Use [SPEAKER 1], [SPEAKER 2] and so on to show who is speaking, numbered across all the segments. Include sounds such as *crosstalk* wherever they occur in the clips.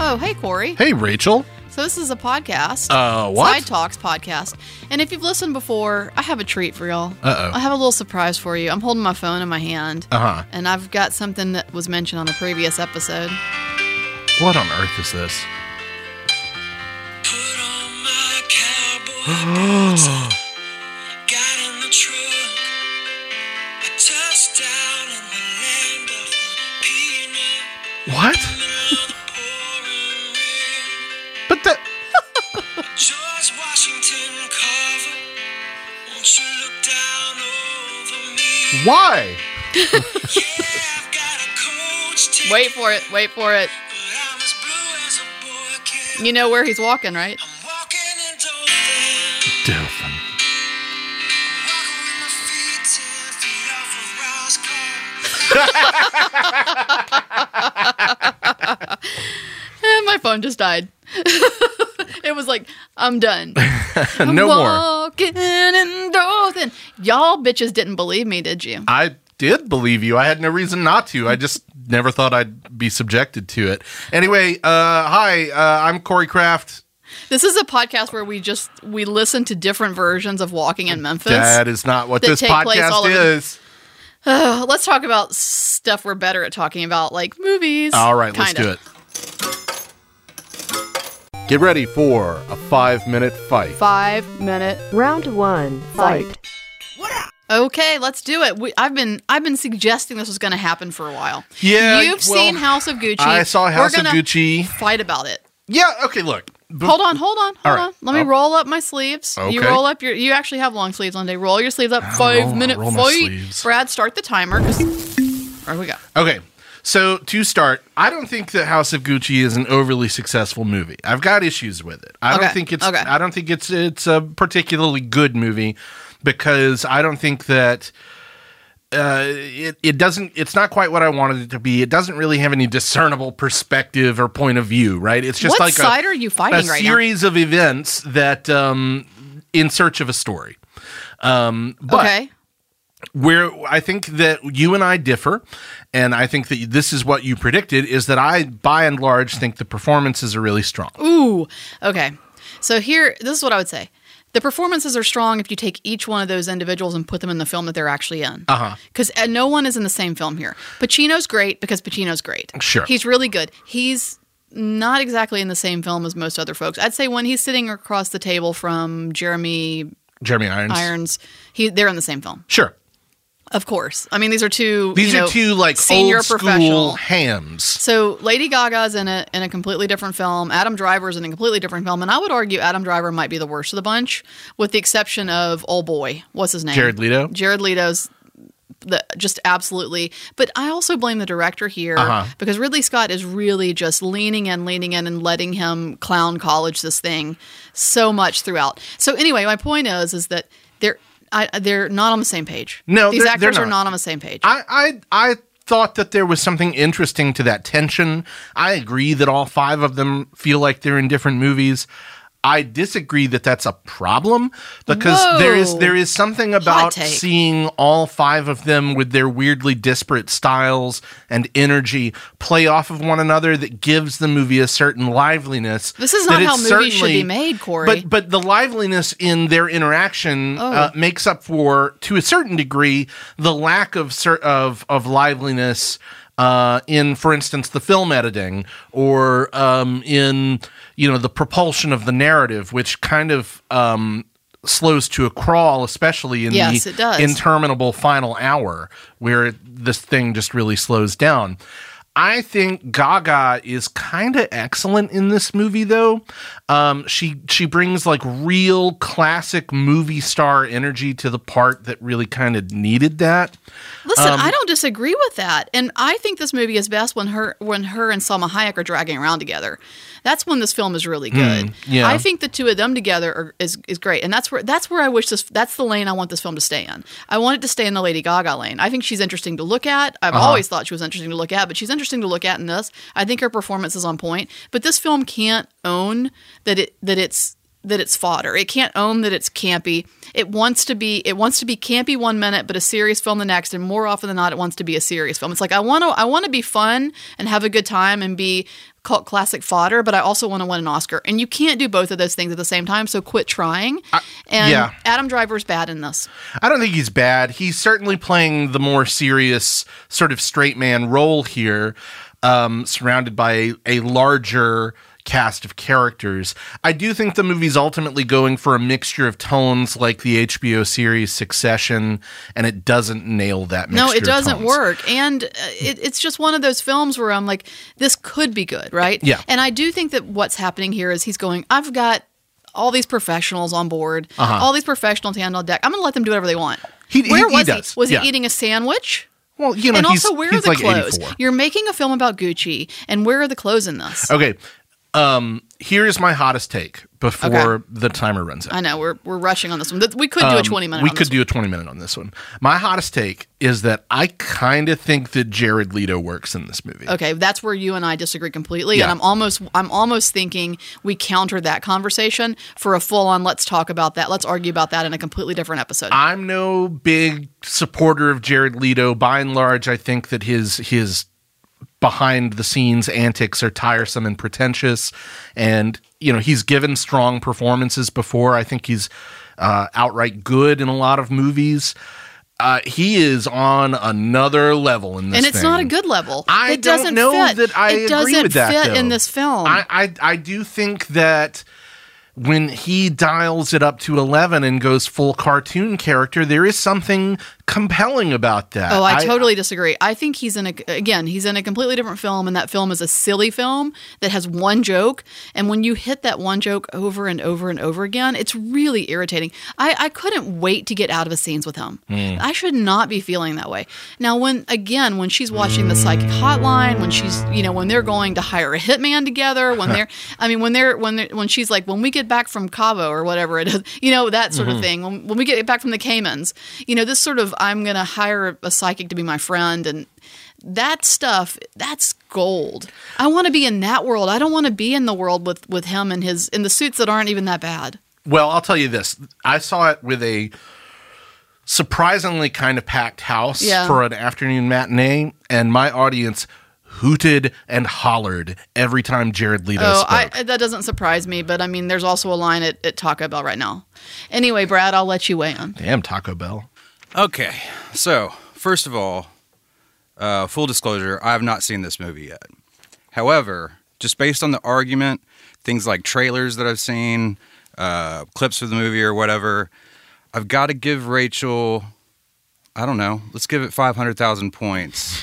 [SPEAKER 1] Oh, Corey.
[SPEAKER 2] Hey, Rachel.
[SPEAKER 1] So this is a podcast.
[SPEAKER 2] Uh, what?
[SPEAKER 1] Side Talks podcast. And if you've listened before, I have a treat for y'all.
[SPEAKER 2] Uh-oh.
[SPEAKER 1] I have a little surprise for you. I'm holding my phone in my hand,
[SPEAKER 2] Uh
[SPEAKER 1] and I've got something that was mentioned on the previous episode.
[SPEAKER 2] huh. What on earth is this?
[SPEAKER 3] Put on my cowboy got in the truck. I touched down in the land of the peanut
[SPEAKER 2] what?
[SPEAKER 3] pouring rain.
[SPEAKER 2] But that.
[SPEAKER 3] George Washington Carver, won't you look down over me?
[SPEAKER 2] Why?
[SPEAKER 3] Yeah, I've got a coach ticket,
[SPEAKER 1] Wait for it. Wait for it.
[SPEAKER 3] but I'm as blue as a boy can.
[SPEAKER 1] You know where he's walking, right?
[SPEAKER 3] I'm walking in Dothan.
[SPEAKER 2] Dolphin.
[SPEAKER 3] Walking with my feet ten feet off of Ross Carr.
[SPEAKER 1] Eh, my phone just died. *laughs* it was like, I'm done. I'm
[SPEAKER 2] *laughs* *laughs* no more.
[SPEAKER 1] walking in Dothan. Y'all bitches didn't believe me, did you?
[SPEAKER 2] I did believe you. I had no reason not to. I just never thought I'd be subjected to it. Anyway, uh, hi, uh, I'm Corey Kraft.
[SPEAKER 1] This is a podcast where we just we listen to different versions of walking in Memphis.
[SPEAKER 2] That is not what
[SPEAKER 1] That
[SPEAKER 2] this
[SPEAKER 1] take place all
[SPEAKER 2] podcast
[SPEAKER 1] over the-
[SPEAKER 2] is.
[SPEAKER 1] Uh, let's talk about stuff we're better at talking about, like movies.
[SPEAKER 2] All right, let's
[SPEAKER 1] Kinda.
[SPEAKER 2] do it. Get ready for a five minute fight.
[SPEAKER 1] Five minute.
[SPEAKER 4] Round one, fight.
[SPEAKER 1] Okay, let's do it. We, I've been I've been suggesting this was going to happen for a while.
[SPEAKER 2] Yeah,
[SPEAKER 1] you've
[SPEAKER 2] well,
[SPEAKER 1] seen House of Gucci.
[SPEAKER 2] I saw House
[SPEAKER 1] we're
[SPEAKER 2] of
[SPEAKER 1] gonna
[SPEAKER 2] Gucci.
[SPEAKER 1] Fight about it.
[SPEAKER 2] Yeah, okay, look. Bef-
[SPEAKER 1] Hold on, hold on, hold
[SPEAKER 2] All right.
[SPEAKER 1] on. Let me
[SPEAKER 2] Oh.
[SPEAKER 1] roll up my sleeves. You
[SPEAKER 2] Okay. Ah,
[SPEAKER 1] roll up your. You actually have long sleeves on day. Roll your sleeves up. Five
[SPEAKER 2] roll-
[SPEAKER 1] minute
[SPEAKER 2] roll my
[SPEAKER 1] fight.
[SPEAKER 2] sleeves.
[SPEAKER 1] Brad, start the timer. 'cause- There we go.
[SPEAKER 2] Okay. So to start, I don't think that House of Gucci is an overly successful movie. I've got issues with it. I
[SPEAKER 1] Okay,
[SPEAKER 2] don't think it's
[SPEAKER 1] okay.
[SPEAKER 2] I don't think it's it's a particularly good movie because I don't think that uh, it it doesn't it's not quite what I wanted it to be. It doesn't really have any discernible perspective or point of view, right? It's just
[SPEAKER 1] what
[SPEAKER 2] like
[SPEAKER 1] side
[SPEAKER 2] a,
[SPEAKER 1] are you
[SPEAKER 2] a
[SPEAKER 1] fighting right now?
[SPEAKER 2] series of events that um, in search of a story. Um, but
[SPEAKER 1] okay.
[SPEAKER 2] where I think that you and I differ, and I think that this is what you predicted is that I, by and large, think the performances are really strong.
[SPEAKER 1] Ooh. Okay. So here, this is what I would say. The performances are strong if you take each one of those individuals and put them in the film that they're actually in. Uh-huh. Because no one is in the same film here. Pacino's great because Pacino's great.
[SPEAKER 2] Sure.
[SPEAKER 1] He's really good. He's not exactly in the same film as most other folks. I'd say when he's sitting across the table from Jeremy
[SPEAKER 2] Jeremy Irons.
[SPEAKER 1] Irons, he they're in the same film.
[SPEAKER 2] Sure.
[SPEAKER 1] Of course. I mean, these are two.
[SPEAKER 2] These
[SPEAKER 1] you
[SPEAKER 2] are
[SPEAKER 1] know,
[SPEAKER 2] two like
[SPEAKER 1] senior
[SPEAKER 2] old school
[SPEAKER 1] professional.
[SPEAKER 2] hams.
[SPEAKER 1] So Lady Gaga's in a in a completely different film. Adam Driver's in a completely different film, and I would argue Adam Driver might be the worst of the bunch, with the exception of oh boy, what's his name?
[SPEAKER 2] Jared Leto?
[SPEAKER 1] Jared Leto's the just absolutely. But I also blame the director here
[SPEAKER 2] Uh-huh.
[SPEAKER 1] because Ridley Scott is really just leaning in, leaning in, and letting him clown college this thing so much throughout. So anyway, my point is is that they're I, they're not on the same page.
[SPEAKER 2] No,
[SPEAKER 1] these
[SPEAKER 2] they're-
[SPEAKER 1] actors
[SPEAKER 2] they're
[SPEAKER 1] are
[SPEAKER 2] not.
[SPEAKER 1] not on the same page.
[SPEAKER 2] I, I I thought that there was something interesting to that tension. I agree that all five of them feel like they're in different movies. I disagree that that's a problem because there is
[SPEAKER 1] Whoa.
[SPEAKER 2] there is something about
[SPEAKER 1] take.
[SPEAKER 2] seeing all five of them with their weirdly disparate styles and energy play off of one another that gives the movie a certain liveliness.
[SPEAKER 1] This is
[SPEAKER 2] that
[SPEAKER 1] not how
[SPEAKER 2] it's
[SPEAKER 1] movies should be
[SPEAKER 2] certainly-
[SPEAKER 1] made, Corey.
[SPEAKER 2] But but the liveliness in their interaction uh,
[SPEAKER 1] Oh.
[SPEAKER 2] makes up for, to a certain degree, the lack of cer- of of liveliness uh, in, for instance, the film editing or um, in you know the propulsion of the narrative, which kind of um, slows to a crawl, especially in
[SPEAKER 1] Yes,
[SPEAKER 2] the
[SPEAKER 1] it does.
[SPEAKER 2] interminable final hour where it, this thing just really slows down. I think Gaga is kind of excellent in this movie, though. Um, she she brings like real classic movie star energy to the part that really kind of needed that.
[SPEAKER 1] Listen, I don't disagree with that, and I think this movie is best when her when her and Selma Hayek are dragging around together. That's when this film is really good.
[SPEAKER 2] yeah.
[SPEAKER 1] I think the two of them together are, is is great, and that's where that's where I wish this that's the lane I want this film to stay in. I want it to stay in the Lady Gaga lane. I think she's interesting to look at. I've always thought she was interesting to look at, but she's interesting to look at in this. I think her performance is on point, but this film can't own that it that it's that it's fodder. It can't own that it's campy. It wants to be it wants to be campy one minute but a serious film the next and more often than not it wants to be a serious film. It's like I want to I want to be fun and have a good time and be cult classic fodder but I also want to win an Oscar. And you can't do both of those things at the same time, so quit trying. and
[SPEAKER 2] yeah.
[SPEAKER 1] Adam Driver's bad in this.
[SPEAKER 2] I don't think he's bad. He's certainly playing the more serious sort of straight man role here, um, surrounded by a, a larger cast of characters. I do think the movie's ultimately going for a mixture of tones like the HBO series Succession, and it doesn't nail that mixture.
[SPEAKER 1] No, it
[SPEAKER 2] of
[SPEAKER 1] doesn't
[SPEAKER 2] tones.
[SPEAKER 1] work. And uh, it, it's just one of those films where I'm like, this could be good, right?
[SPEAKER 2] Yeah.
[SPEAKER 1] And I do think that what's happening here is he's going, I've got all these professionals on board, all these professionals hand on deck. I'm going to let them do whatever they want.
[SPEAKER 2] Uh-huh. He- he-
[SPEAKER 1] where
[SPEAKER 2] he
[SPEAKER 1] was
[SPEAKER 2] does.
[SPEAKER 1] he? Was
[SPEAKER 2] Yeah.
[SPEAKER 1] he eating a sandwich?
[SPEAKER 2] Well, you know,
[SPEAKER 1] and
[SPEAKER 2] he's,
[SPEAKER 1] also, where
[SPEAKER 2] he's
[SPEAKER 1] are the
[SPEAKER 2] like
[SPEAKER 1] clothes?
[SPEAKER 2] 84.
[SPEAKER 1] You're making a film about Gucci, and where are the clothes in this?
[SPEAKER 2] Okay. Um, here's my hottest take before
[SPEAKER 1] Okay.
[SPEAKER 2] the timer runs out.
[SPEAKER 1] I know we're we're rushing on this one. Th- We could do a 20 minute.
[SPEAKER 2] Um, we
[SPEAKER 1] on
[SPEAKER 2] could
[SPEAKER 1] this
[SPEAKER 2] do a 20 minute on this one. My hottest take is that I kind of think that Jared Leto works in this movie.
[SPEAKER 1] one. Okay, that's where you and I disagree completely,
[SPEAKER 2] Yeah.
[SPEAKER 1] and I'm almost I'm almost thinking we counter that conversation for a full on. Let's talk about that. Let's argue about that in a completely different episode.
[SPEAKER 2] I'm no big supporter of Jared Leto. By and large, I think that his his behind the scenes antics are tiresome and pretentious. And you know, he's given strong performances before. I think he's uh, outright good in a lot of movies. Uh, he is on another level in this,
[SPEAKER 1] and it's
[SPEAKER 2] thing.
[SPEAKER 1] not a good level.
[SPEAKER 2] I
[SPEAKER 1] it doesn't
[SPEAKER 2] don't know
[SPEAKER 1] fit.
[SPEAKER 2] that I
[SPEAKER 1] it
[SPEAKER 2] agree
[SPEAKER 1] doesn't
[SPEAKER 2] with that,
[SPEAKER 1] fit in
[SPEAKER 2] though.
[SPEAKER 1] this film.
[SPEAKER 2] I, I I do think that when he dials it up to eleven and goes full cartoon character, there is something compelling about that.
[SPEAKER 1] Oh, I, totally disagree. I think he's in a again, he's in a completely different film, and that film is a silly film that has one joke. And when you hit that one joke over and over and over again, it's really irritating. I, I couldn't wait to get out of the scenes with him.
[SPEAKER 2] Hmm.
[SPEAKER 1] I should not be feeling that way. Now, when again, when she's watching the psychic hotline, when she's you know when they're going to hire a hitman together, when they're I mean when they're when they're, when she's like when we get back from Cabo or whatever it is, *laughs* you know that sort of thing. When when we get back from the Caymans, you know this sort of I'm going to hire a psychic to be my friend and that stuff that's gold. I want to be in that world. I don't want to be in the world with with him and his in the suits that aren't even that bad.
[SPEAKER 2] Well, I'll tell you this. I saw it with a surprisingly kind of packed house
[SPEAKER 1] Yeah.
[SPEAKER 2] for an afternoon matinee, and my audience hooted and hollered every time Jared Leto
[SPEAKER 1] Oh,
[SPEAKER 2] spoke.
[SPEAKER 1] I, that doesn't surprise me, but I mean, there's also a line at, at Taco Bell right now. Anyway, Brad, I'll let you weigh in.
[SPEAKER 2] Damn Taco Bell.
[SPEAKER 5] Okay, so first of all, uh, full disclosure, I have not seen this movie yet. However, just based on the argument, things like trailers that I've seen, uh, clips of the movie or whatever, I've got to give Rachel, I don't know, let's give it 500,000 points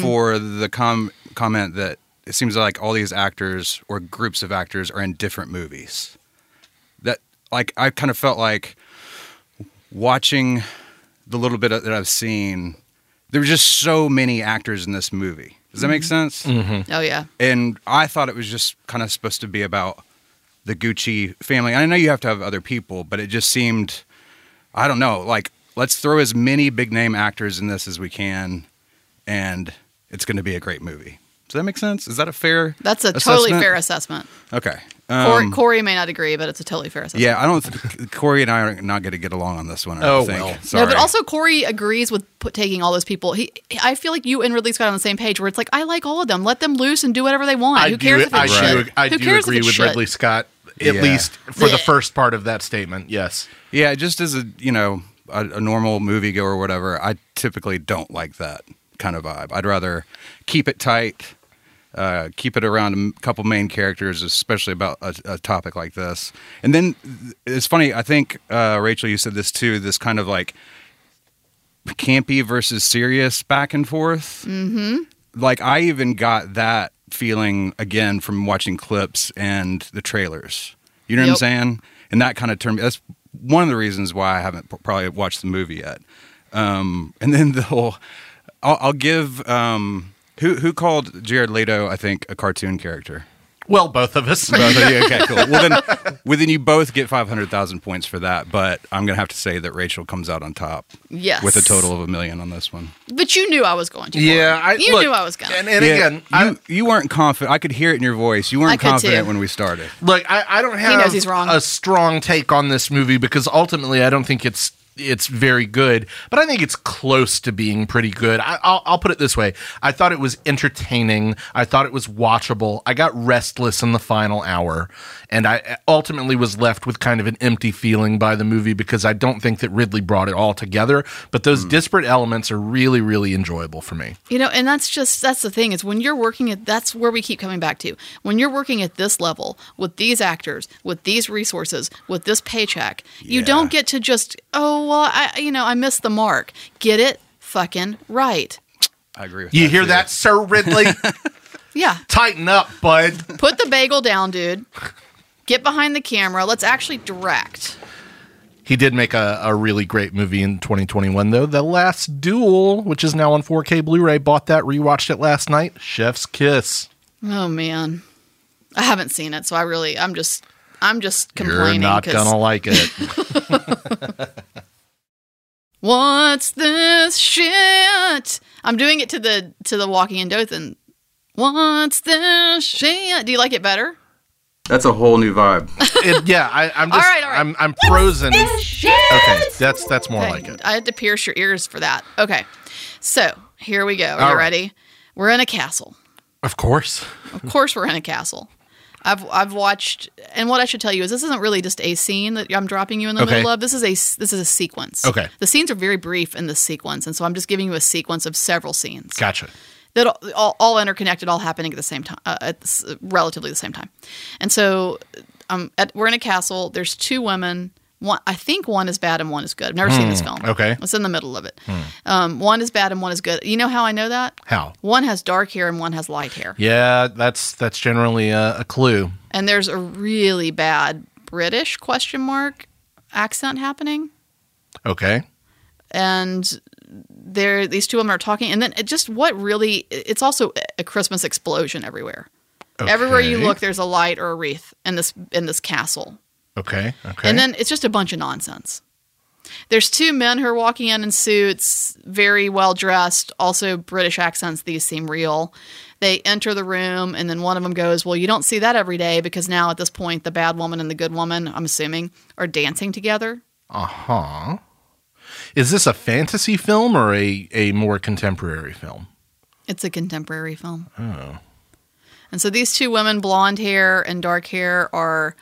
[SPEAKER 5] for the com- comment that it seems like all these actors or groups of actors are in different movies. That, like, I kind of felt like watching the little bit that I've seen, there were just so many actors in this movie. Does that make
[SPEAKER 2] Mm-hmm.
[SPEAKER 5] sense?
[SPEAKER 1] Oh yeah,
[SPEAKER 5] And I thought it was just kind of supposed to be about the Gucci family. I know you have to have other people, but it just seemed, I don't know, like let's throw as many big name actors in this as we can, and it's going to be a great movie. Does that make sense? Is that a fair?
[SPEAKER 1] that's a totally fair assessment.
[SPEAKER 5] Okay.
[SPEAKER 1] Corey,
[SPEAKER 5] Um,
[SPEAKER 1] Corey may not agree, but it's a totally fair assessment.
[SPEAKER 5] yeah, I don't. Th- Corey and I are not going to get along on this one. I don't
[SPEAKER 2] Oh,
[SPEAKER 5] think.
[SPEAKER 2] well. No, but
[SPEAKER 5] Sorry.
[SPEAKER 1] No, but also Corey agrees with put, taking all those people. He, I feel like you and Ridley Scott are on the same page, where it's like I like all of them. Let them loose and do whatever they want. Who cares
[SPEAKER 2] do,
[SPEAKER 1] if it's
[SPEAKER 2] I
[SPEAKER 1] shit?
[SPEAKER 2] do, I
[SPEAKER 1] Who
[SPEAKER 2] do
[SPEAKER 1] cares if
[SPEAKER 2] agree
[SPEAKER 1] it's
[SPEAKER 2] with
[SPEAKER 1] shit?
[SPEAKER 2] Ridley Scott, at
[SPEAKER 5] Yeah.
[SPEAKER 2] least for the
[SPEAKER 1] Blech.
[SPEAKER 2] first part of that statement. Yes.
[SPEAKER 5] Yeah, just as a you know a, a normal moviegoer or whatever, I typically don't like that kind of vibe. I'd rather keep it tight, uh, keep it around a m- couple main characters, especially about a, a topic like this. And then th- it's funny. I think uh, Rachel, you said this too. This kind of like campy versus serious back and forth. Mm-hmm. Like I even got that feeling again from watching clips and the trailers. You know what I'm
[SPEAKER 1] Yep.
[SPEAKER 5] saying? And that kind of turned me. That's one of the reasons why I haven't p- probably watched the movie yet. Um, and then the whole, I'll, I'll give um, who who called Jared Leto I think a cartoon character.
[SPEAKER 2] Well, both of us.
[SPEAKER 5] Both of you? Okay, cool. Well, then, well, then you both get 500,000 points for that, but I'm going to have to say that Rachel comes out on top
[SPEAKER 1] Yes.
[SPEAKER 5] with a total of a million on this one.
[SPEAKER 1] But you knew I was going to.
[SPEAKER 2] *laughs* yeah, I,
[SPEAKER 1] Lauren. you
[SPEAKER 2] look,
[SPEAKER 1] knew I was going.
[SPEAKER 2] And, and
[SPEAKER 5] Yeah,
[SPEAKER 2] again,
[SPEAKER 5] you,
[SPEAKER 2] I,
[SPEAKER 5] you weren't confident. I could hear it in your voice. You
[SPEAKER 1] I
[SPEAKER 5] weren't
[SPEAKER 1] could
[SPEAKER 5] confident
[SPEAKER 1] too.
[SPEAKER 5] when we started.
[SPEAKER 2] look, I, I don't have
[SPEAKER 1] knows he's wrong.
[SPEAKER 2] a strong take on this movie because ultimately, I don't think it's it's very good, but I think it's close to being pretty good. I, I'll, I'll put it this way: I thought it was entertaining. I thought it was watchable. I got restless in the final hour, and I ultimately was left with kind of an empty feeling by the movie because I don't think that Ridley brought it all together. But those disparate elements are really, really enjoyable for me.
[SPEAKER 1] You know, and that's just that's the thing is when you're working at that's where we keep coming back to. When you're working at this level with these actors, with these resources, with this paycheck, you
[SPEAKER 5] Yeah.
[SPEAKER 1] don't get to just oh well, I you know I missed the mark. Get it fucking right.
[SPEAKER 5] I agree with
[SPEAKER 2] You
[SPEAKER 5] that
[SPEAKER 2] hear
[SPEAKER 5] too.
[SPEAKER 2] that, Sir Ridley?
[SPEAKER 1] Yeah,
[SPEAKER 2] Tighten up, bud.
[SPEAKER 1] put the bagel down, dude. Get behind the camera. Let's actually direct.
[SPEAKER 2] *laughs* He did make a, a really great movie in 2021, though. The Last Duel, which is now on 4K Blu ray, bought that, rewatched it last night. Chef's Kiss.
[SPEAKER 1] Oh man, I haven't seen it, so I really I'm just I'm just complaining.
[SPEAKER 2] You're not
[SPEAKER 1] 'cause-
[SPEAKER 2] gonna like it.
[SPEAKER 1] What's this shit? I'm doing it to the to the walking in Dothan. What's this shit? Do you like it better?
[SPEAKER 5] That's a whole new vibe.
[SPEAKER 2] *laughs* It- yeah, I, I'm
[SPEAKER 1] All
[SPEAKER 2] just,
[SPEAKER 1] right, all right.
[SPEAKER 2] I'm, I'm frozen. Okay, that's that's more
[SPEAKER 1] Okay,
[SPEAKER 2] like it.
[SPEAKER 1] I had to pierce your ears for that. Okay. So here we go. Are
[SPEAKER 2] All
[SPEAKER 1] you
[SPEAKER 2] right.
[SPEAKER 1] ready? We're in a castle.
[SPEAKER 2] Of course. *laughs*
[SPEAKER 1] Of course we're in a castle. I've I've watched and what I should tell you is this isn't really just a scene that I'm dropping you in the
[SPEAKER 2] Okay.
[SPEAKER 1] middle of. This is a s- this is a sequence.
[SPEAKER 2] Okay.
[SPEAKER 1] The scenes are very brief in this sequence, and so I'm just giving you a sequence of several scenes.
[SPEAKER 2] Gotcha.
[SPEAKER 1] that all, all, all interconnected, all happening at the same time, uh, at s- relatively the same time. And so um, at, we're in a castle. There's two women. One, I think one is bad and one is good. I've never seen this film.
[SPEAKER 2] Hmm, okay. Hmm.
[SPEAKER 1] It's in the middle of it. Um, one is bad and one is good. You know how I know that?
[SPEAKER 2] How?
[SPEAKER 1] One has dark hair and one has light hair.
[SPEAKER 2] Yeah, that's that's generally a, a clue.
[SPEAKER 1] And there's a really bad British question mark accent happening.
[SPEAKER 2] Okay.
[SPEAKER 1] and there these two of them are talking and then it just what really it's also a christmas explosion everywhere everywhere you
[SPEAKER 2] Okay.
[SPEAKER 1] look there's a light or a wreath in this in this castle
[SPEAKER 2] Okay. Okay.
[SPEAKER 1] and then it's just a bunch of nonsense there's two men who are walking in in suits very well dressed also british accents these seem real they enter the room and then one of them goes well you don't see that every day because now at this point the bad woman and the good woman i'm assuming are dancing together
[SPEAKER 2] huh. Uh-huh. Is this a fantasy film or a, a more contemporary film?
[SPEAKER 1] It's a contemporary film. Oh. And so these two women, blonde hair and dark hair, are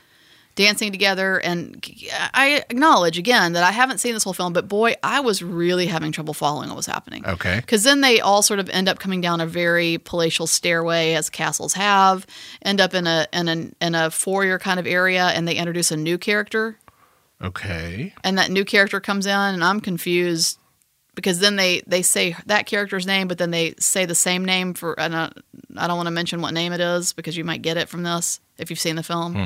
[SPEAKER 1] dancing together. And I acknowledge again that I haven't seen this whole film, but boy, I was really having trouble following what was happening.
[SPEAKER 2] Okay.
[SPEAKER 1] Because then they all sort of end up coming down a very palatial stairway, as castles have, end up in a in a, in a foyer kind of area, and they introduce a new character
[SPEAKER 2] Okay.
[SPEAKER 1] and that new character comes in and I'm confused because then they they say that character's name but then they say the same name for and I, I don't want to mention what name it is because you might get it from this if you've seen the film.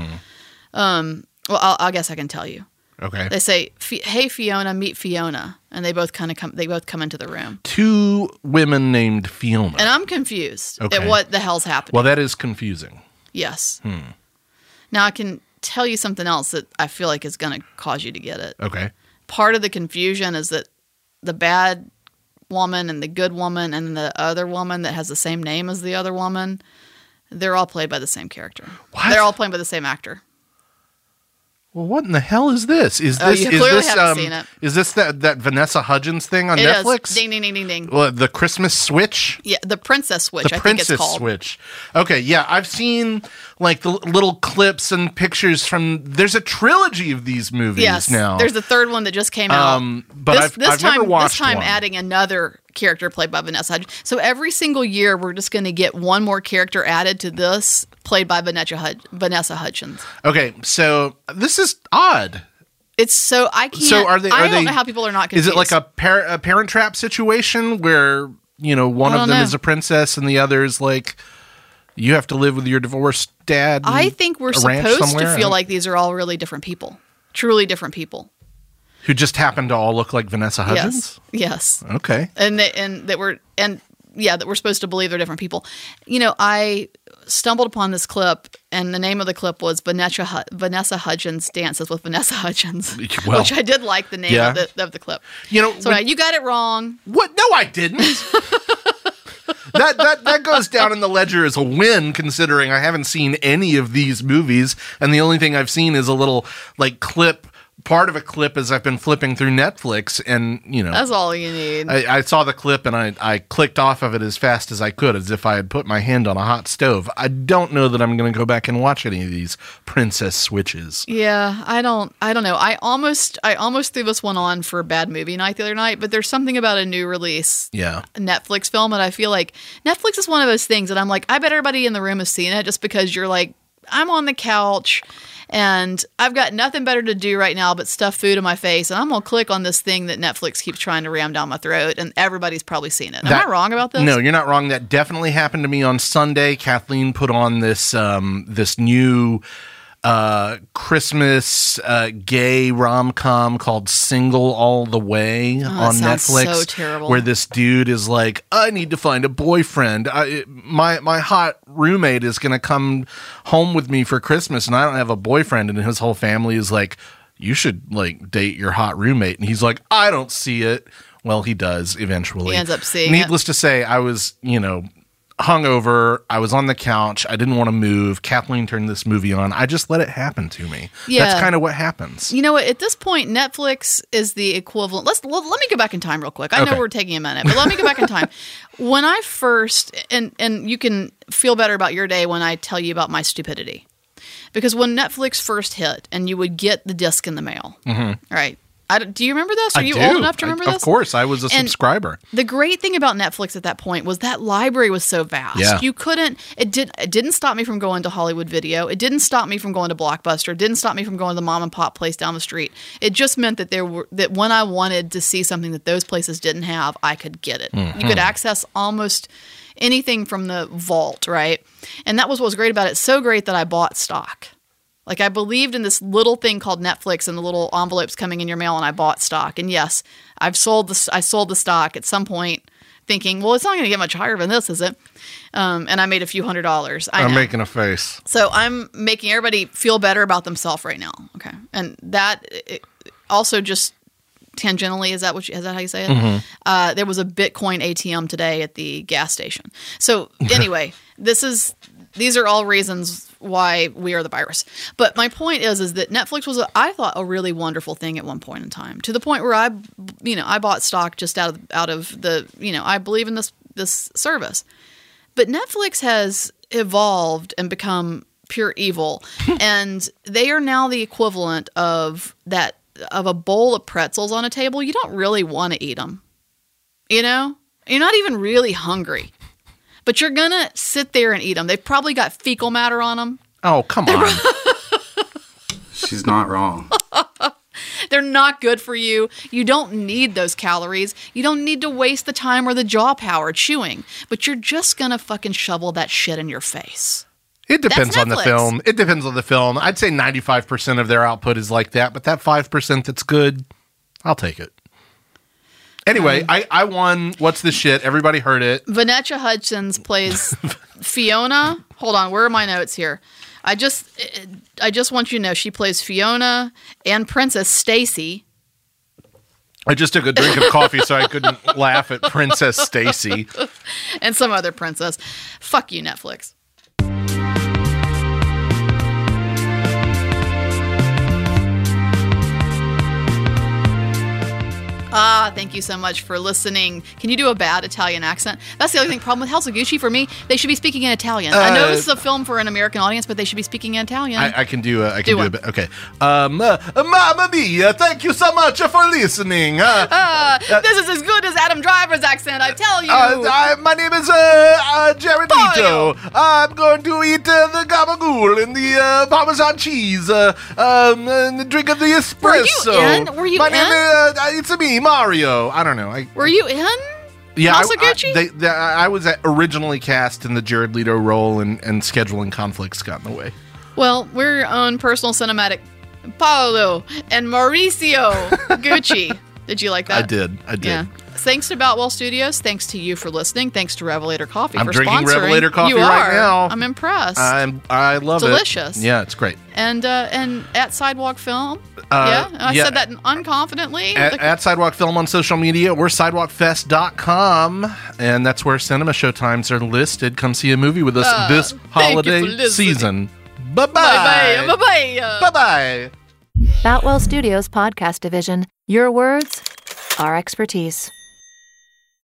[SPEAKER 1] Um well I'll, I guess I can tell you.
[SPEAKER 2] Okay.
[SPEAKER 1] They say "Fi- hey Fiona meet Fiona and they both kind of come they both come into the room.
[SPEAKER 2] Two women named Fiona.
[SPEAKER 1] And I'm confused
[SPEAKER 2] Okay.
[SPEAKER 1] at what the hell's happening.
[SPEAKER 2] Well, that is confusing.
[SPEAKER 1] yes. Now I can tell you something else that I feel like is going to cause you to get it.
[SPEAKER 2] Okay.
[SPEAKER 1] part of the confusion is that the bad woman and the good woman and the other woman that has the same name as the other woman, they're all played by the same character.
[SPEAKER 2] What?
[SPEAKER 1] They're all played by the same actor.
[SPEAKER 2] Well, what in the hell is this? Is
[SPEAKER 1] Oh,
[SPEAKER 2] this
[SPEAKER 1] you
[SPEAKER 2] is
[SPEAKER 1] clearly
[SPEAKER 2] this um,
[SPEAKER 1] haven't seen it.
[SPEAKER 2] is this that that Vanessa Hudgens thing on
[SPEAKER 1] It is.
[SPEAKER 2] Netflix?
[SPEAKER 1] Ding ding ding ding ding.
[SPEAKER 2] Well, the Christmas Switch.
[SPEAKER 1] Yeah, the Princess Switch.
[SPEAKER 2] the
[SPEAKER 1] I
[SPEAKER 2] Princess
[SPEAKER 1] think it's called.
[SPEAKER 2] Switch. Okay, yeah, I've seen like the l- little clips and pictures from. There's a trilogy of these movies
[SPEAKER 1] Yes.
[SPEAKER 2] now.
[SPEAKER 1] There's the third one that just came out.
[SPEAKER 2] Um, but
[SPEAKER 1] this,
[SPEAKER 2] I've-
[SPEAKER 1] this
[SPEAKER 2] I've
[SPEAKER 1] time,
[SPEAKER 2] never
[SPEAKER 1] this
[SPEAKER 2] watched
[SPEAKER 1] time
[SPEAKER 2] one.
[SPEAKER 1] adding another character played by Vanessa. Hudgens. So every single year, we're just going to get one more character added to this played by Vanessa, Hud- Vanessa Hudgens.
[SPEAKER 2] okay, so this is odd.
[SPEAKER 1] It's so I can't.
[SPEAKER 2] So are they? Are
[SPEAKER 1] I don't
[SPEAKER 2] they,
[SPEAKER 1] know how people are not. Confused.
[SPEAKER 2] Is it like a, par- a Parent Trap situation where you know one
[SPEAKER 1] I
[SPEAKER 2] of
[SPEAKER 1] don't
[SPEAKER 2] them
[SPEAKER 1] know.
[SPEAKER 2] is a princess and the other is like you have to live with your divorced dad?
[SPEAKER 1] I
[SPEAKER 2] and
[SPEAKER 1] think we're
[SPEAKER 2] a ranch
[SPEAKER 1] supposed
[SPEAKER 2] somewhere?
[SPEAKER 1] to
[SPEAKER 2] I
[SPEAKER 1] feel
[SPEAKER 2] don't-
[SPEAKER 1] like these are all really different people, truly different people.
[SPEAKER 2] who just happen to all look like Vanessa Hudgens.
[SPEAKER 1] Yes, yes,
[SPEAKER 2] Okay.
[SPEAKER 1] and they, and that we're and yeah, that we're supposed to believe they're different people. You know, I stumbled upon this clip, and the name of the clip was Vanessa Hu- Vanessa Hudgens dances with Vanessa Hudgens,
[SPEAKER 2] *laughs* Well,
[SPEAKER 1] which I did like the name
[SPEAKER 2] yeah.
[SPEAKER 1] of, the, of the clip.
[SPEAKER 2] You know,
[SPEAKER 1] so
[SPEAKER 2] when-
[SPEAKER 1] yeah, you got it wrong.
[SPEAKER 2] What? No, I
[SPEAKER 1] *laughs*
[SPEAKER 2] didn't. that that that goes down in the ledger as a win, considering I haven't seen any of these movies, and the only thing I've seen is a little like clip, part of a clip as I've been flipping through Netflix, and you know.
[SPEAKER 1] That's all you need.
[SPEAKER 2] I, I saw the clip and I, I clicked off of it as fast as I could, as if I had put my hand on a hot stove. I don't know that I'm going to go back and watch any of these princess switches.
[SPEAKER 1] Yeah, I don't I don't know. I almost I almost threw this one on for bad movie night the other night, but there's something about a new release
[SPEAKER 2] Yeah.
[SPEAKER 1] Netflix film and I feel like Netflix is one of those things that I'm like, I bet everybody in the room has seen it just because you're like, I'm on the couch and I've got nothing better to do right now but stuff food in my face and I'm gonna click on this thing that Netflix keeps trying to ram down my throat and everybody's probably seen it. Am
[SPEAKER 2] That-
[SPEAKER 1] I wrong about this?
[SPEAKER 2] No, you're not wrong. That definitely happened to me on Sunday. Kathleen put on this um, this new uh, Christmas uh, gay rom com called Single All the Way on
[SPEAKER 1] Oh, sounds so
[SPEAKER 2] Netflix.
[SPEAKER 1] terrible.
[SPEAKER 2] Where this dude is like, I need to find a boyfriend. I, my my hot roommate is gonna come home with me for Christmas, and I don't have a boyfriend. And his whole family is like, you should like date your hot roommate. And he's like, I don't see it. Well, he does eventually.
[SPEAKER 1] He ends up seeing it.
[SPEAKER 2] Needless needless to say, I was, you know, hungover. I was on the couch. I didn't want to move. Kathleen turned this movie on. I just let it happen to me.
[SPEAKER 1] Yeah.
[SPEAKER 2] That's kind of what happens.
[SPEAKER 1] You know what? At this point, Netflix is the equivalent. Let's let, let me go back in time real quick. I know
[SPEAKER 2] Okay.
[SPEAKER 1] we're taking a minute, but let me go back in time. *laughs* When I first and and you can feel better about your day when I tell you about my stupidity, because when Netflix first hit and you would get the disc in the mail, right? I don't- do you remember this? Are
[SPEAKER 2] Mm-hmm. I
[SPEAKER 1] you
[SPEAKER 2] do.
[SPEAKER 1] old enough to
[SPEAKER 2] I-
[SPEAKER 1] remember
[SPEAKER 2] of
[SPEAKER 1] this?
[SPEAKER 2] course, I was a
[SPEAKER 1] And-
[SPEAKER 2] subscriber.
[SPEAKER 1] the great thing about Netflix at that point was that library was so vast.
[SPEAKER 2] Yeah.
[SPEAKER 1] You couldn't it did it didn't stop me from going to Hollywood Video. It didn't stop me from going to Blockbuster. It didn't stop me from going to the mom and pop place down the street. It just meant that there were that when I wanted to see something that those places didn't have, I could get it. You could access almost anything from the vault, right? And that was what was great about it. So great that I bought stock. Like I believed in this little thing called Netflix and the little envelopes coming in your mail, and I bought stock. And yes, I've sold the I sold the stock at some point, thinking, well, it's not going to get much higher than this, is it? Um, and I made a few hundred dollars. I
[SPEAKER 2] I'm
[SPEAKER 1] know.
[SPEAKER 2] making a face.
[SPEAKER 1] so I'm making everybody feel better about themselves right now. Okay, and that it, also just tangentially is that what you, is that how you say it? Uh, there was a Bitcoin ATM today at the gas station. So anyway, this is these are all reasons why we are the virus. But my point is is that Netflix was a, I thought a really wonderful thing at one point in time to the point where I you know I bought stock just out of out of the you know I believe in this this service. But Netflix has evolved and become pure evil, and they are now the equivalent of that of a bowl of pretzels on a table. You don't really want to eat them, you know. You're not even really hungry, but you're gonna sit there and eat them. They've probably got fecal matter on them.
[SPEAKER 2] Oh,
[SPEAKER 1] *laughs*
[SPEAKER 2] come on.
[SPEAKER 6] She's not wrong.
[SPEAKER 1] They're not good for you. You don't need those calories. You don't need to waste the time or the jaw power chewing, but you're just gonna fucking shovel that shit in your face.
[SPEAKER 2] It depends on the
[SPEAKER 1] Netflix.
[SPEAKER 2] film. It depends on the film. I'd say 95% of their output is like that, but that 5% that's good, I'll take it.
[SPEAKER 1] Um,
[SPEAKER 2] Anyway, I, I won. What's the shit? Everybody heard it.
[SPEAKER 1] Vanessa Hudgens plays Fiona. Hold on, where are my notes here? I just I just want you to know she plays Fiona and Princess Stacy.
[SPEAKER 2] I just took a drink of coffee so
[SPEAKER 1] *laughs*
[SPEAKER 2] I couldn't laugh at Princess Stacy.
[SPEAKER 1] and some other princess. Fuck you, Netflix. Ah, thank you so much for listening. Can you do a bad Italian accent? That's the other thing. Problem with Halsaguchi for me, they should be speaking in Italian. I know
[SPEAKER 2] Uh,
[SPEAKER 1] this is a film for an American audience, but they should be speaking in Italian.
[SPEAKER 2] I, I can do. A, I can
[SPEAKER 1] Do
[SPEAKER 2] do,
[SPEAKER 1] one.
[SPEAKER 2] a bit. Okay. Um, uh, Mamma mia! Thank you so much for listening. Uh,
[SPEAKER 1] Ah, this is as good as Adam Driver's accent, I tell you.
[SPEAKER 2] uh, I- my name is uh, uh, Jared
[SPEAKER 1] Polio.
[SPEAKER 2] Leto. I'm going to eat uh, the gabagool and the uh, Parmesan cheese, uh, um, and the drink of the espresso.
[SPEAKER 1] in? Were you
[SPEAKER 2] my
[SPEAKER 1] in?
[SPEAKER 2] Name, uh, uh, it's me, Mario. I don't know. I,
[SPEAKER 1] Were you in?
[SPEAKER 2] yeah, I,
[SPEAKER 1] Masaguchi?
[SPEAKER 2] I, they, they, I was uh, originally cast in the Jared Leto role, and, and scheduling conflicts got in the way.
[SPEAKER 1] Well, we're your own personal cinematic.
[SPEAKER 2] *laughs*
[SPEAKER 1] Paolo and Mauricio Gucci. Did you like that?
[SPEAKER 2] I did. I did.
[SPEAKER 1] Yeah. Thanks to Boutwell Studios. Thanks to you for listening. Thanks to Revelator Coffee
[SPEAKER 2] I'm
[SPEAKER 1] for
[SPEAKER 2] drinking
[SPEAKER 1] sponsoring.
[SPEAKER 2] Revelator coffee
[SPEAKER 1] you
[SPEAKER 2] right
[SPEAKER 1] are.
[SPEAKER 2] now.
[SPEAKER 1] I'm impressed.
[SPEAKER 2] I'm, I love
[SPEAKER 1] Delicious.
[SPEAKER 2] it. Yeah, it's great.
[SPEAKER 1] and uh, and at Sidewalk Film.
[SPEAKER 2] Uh,
[SPEAKER 1] yeah, I
[SPEAKER 2] yeah.
[SPEAKER 1] said that unconfidently.
[SPEAKER 2] At,
[SPEAKER 1] The-
[SPEAKER 2] at Sidewalk Film on social media, we're sidewalkfest.com, and that's where cinema showtimes are listed. Come see a movie with us
[SPEAKER 1] Uh,
[SPEAKER 2] this
[SPEAKER 1] thank you for
[SPEAKER 2] holiday
[SPEAKER 1] listening.
[SPEAKER 2] season.
[SPEAKER 1] bye bye
[SPEAKER 2] Bye-bye.
[SPEAKER 1] bye bye.
[SPEAKER 2] Bye-bye.
[SPEAKER 7] Boutwell Studios Podcast Division. Your words, our expertise.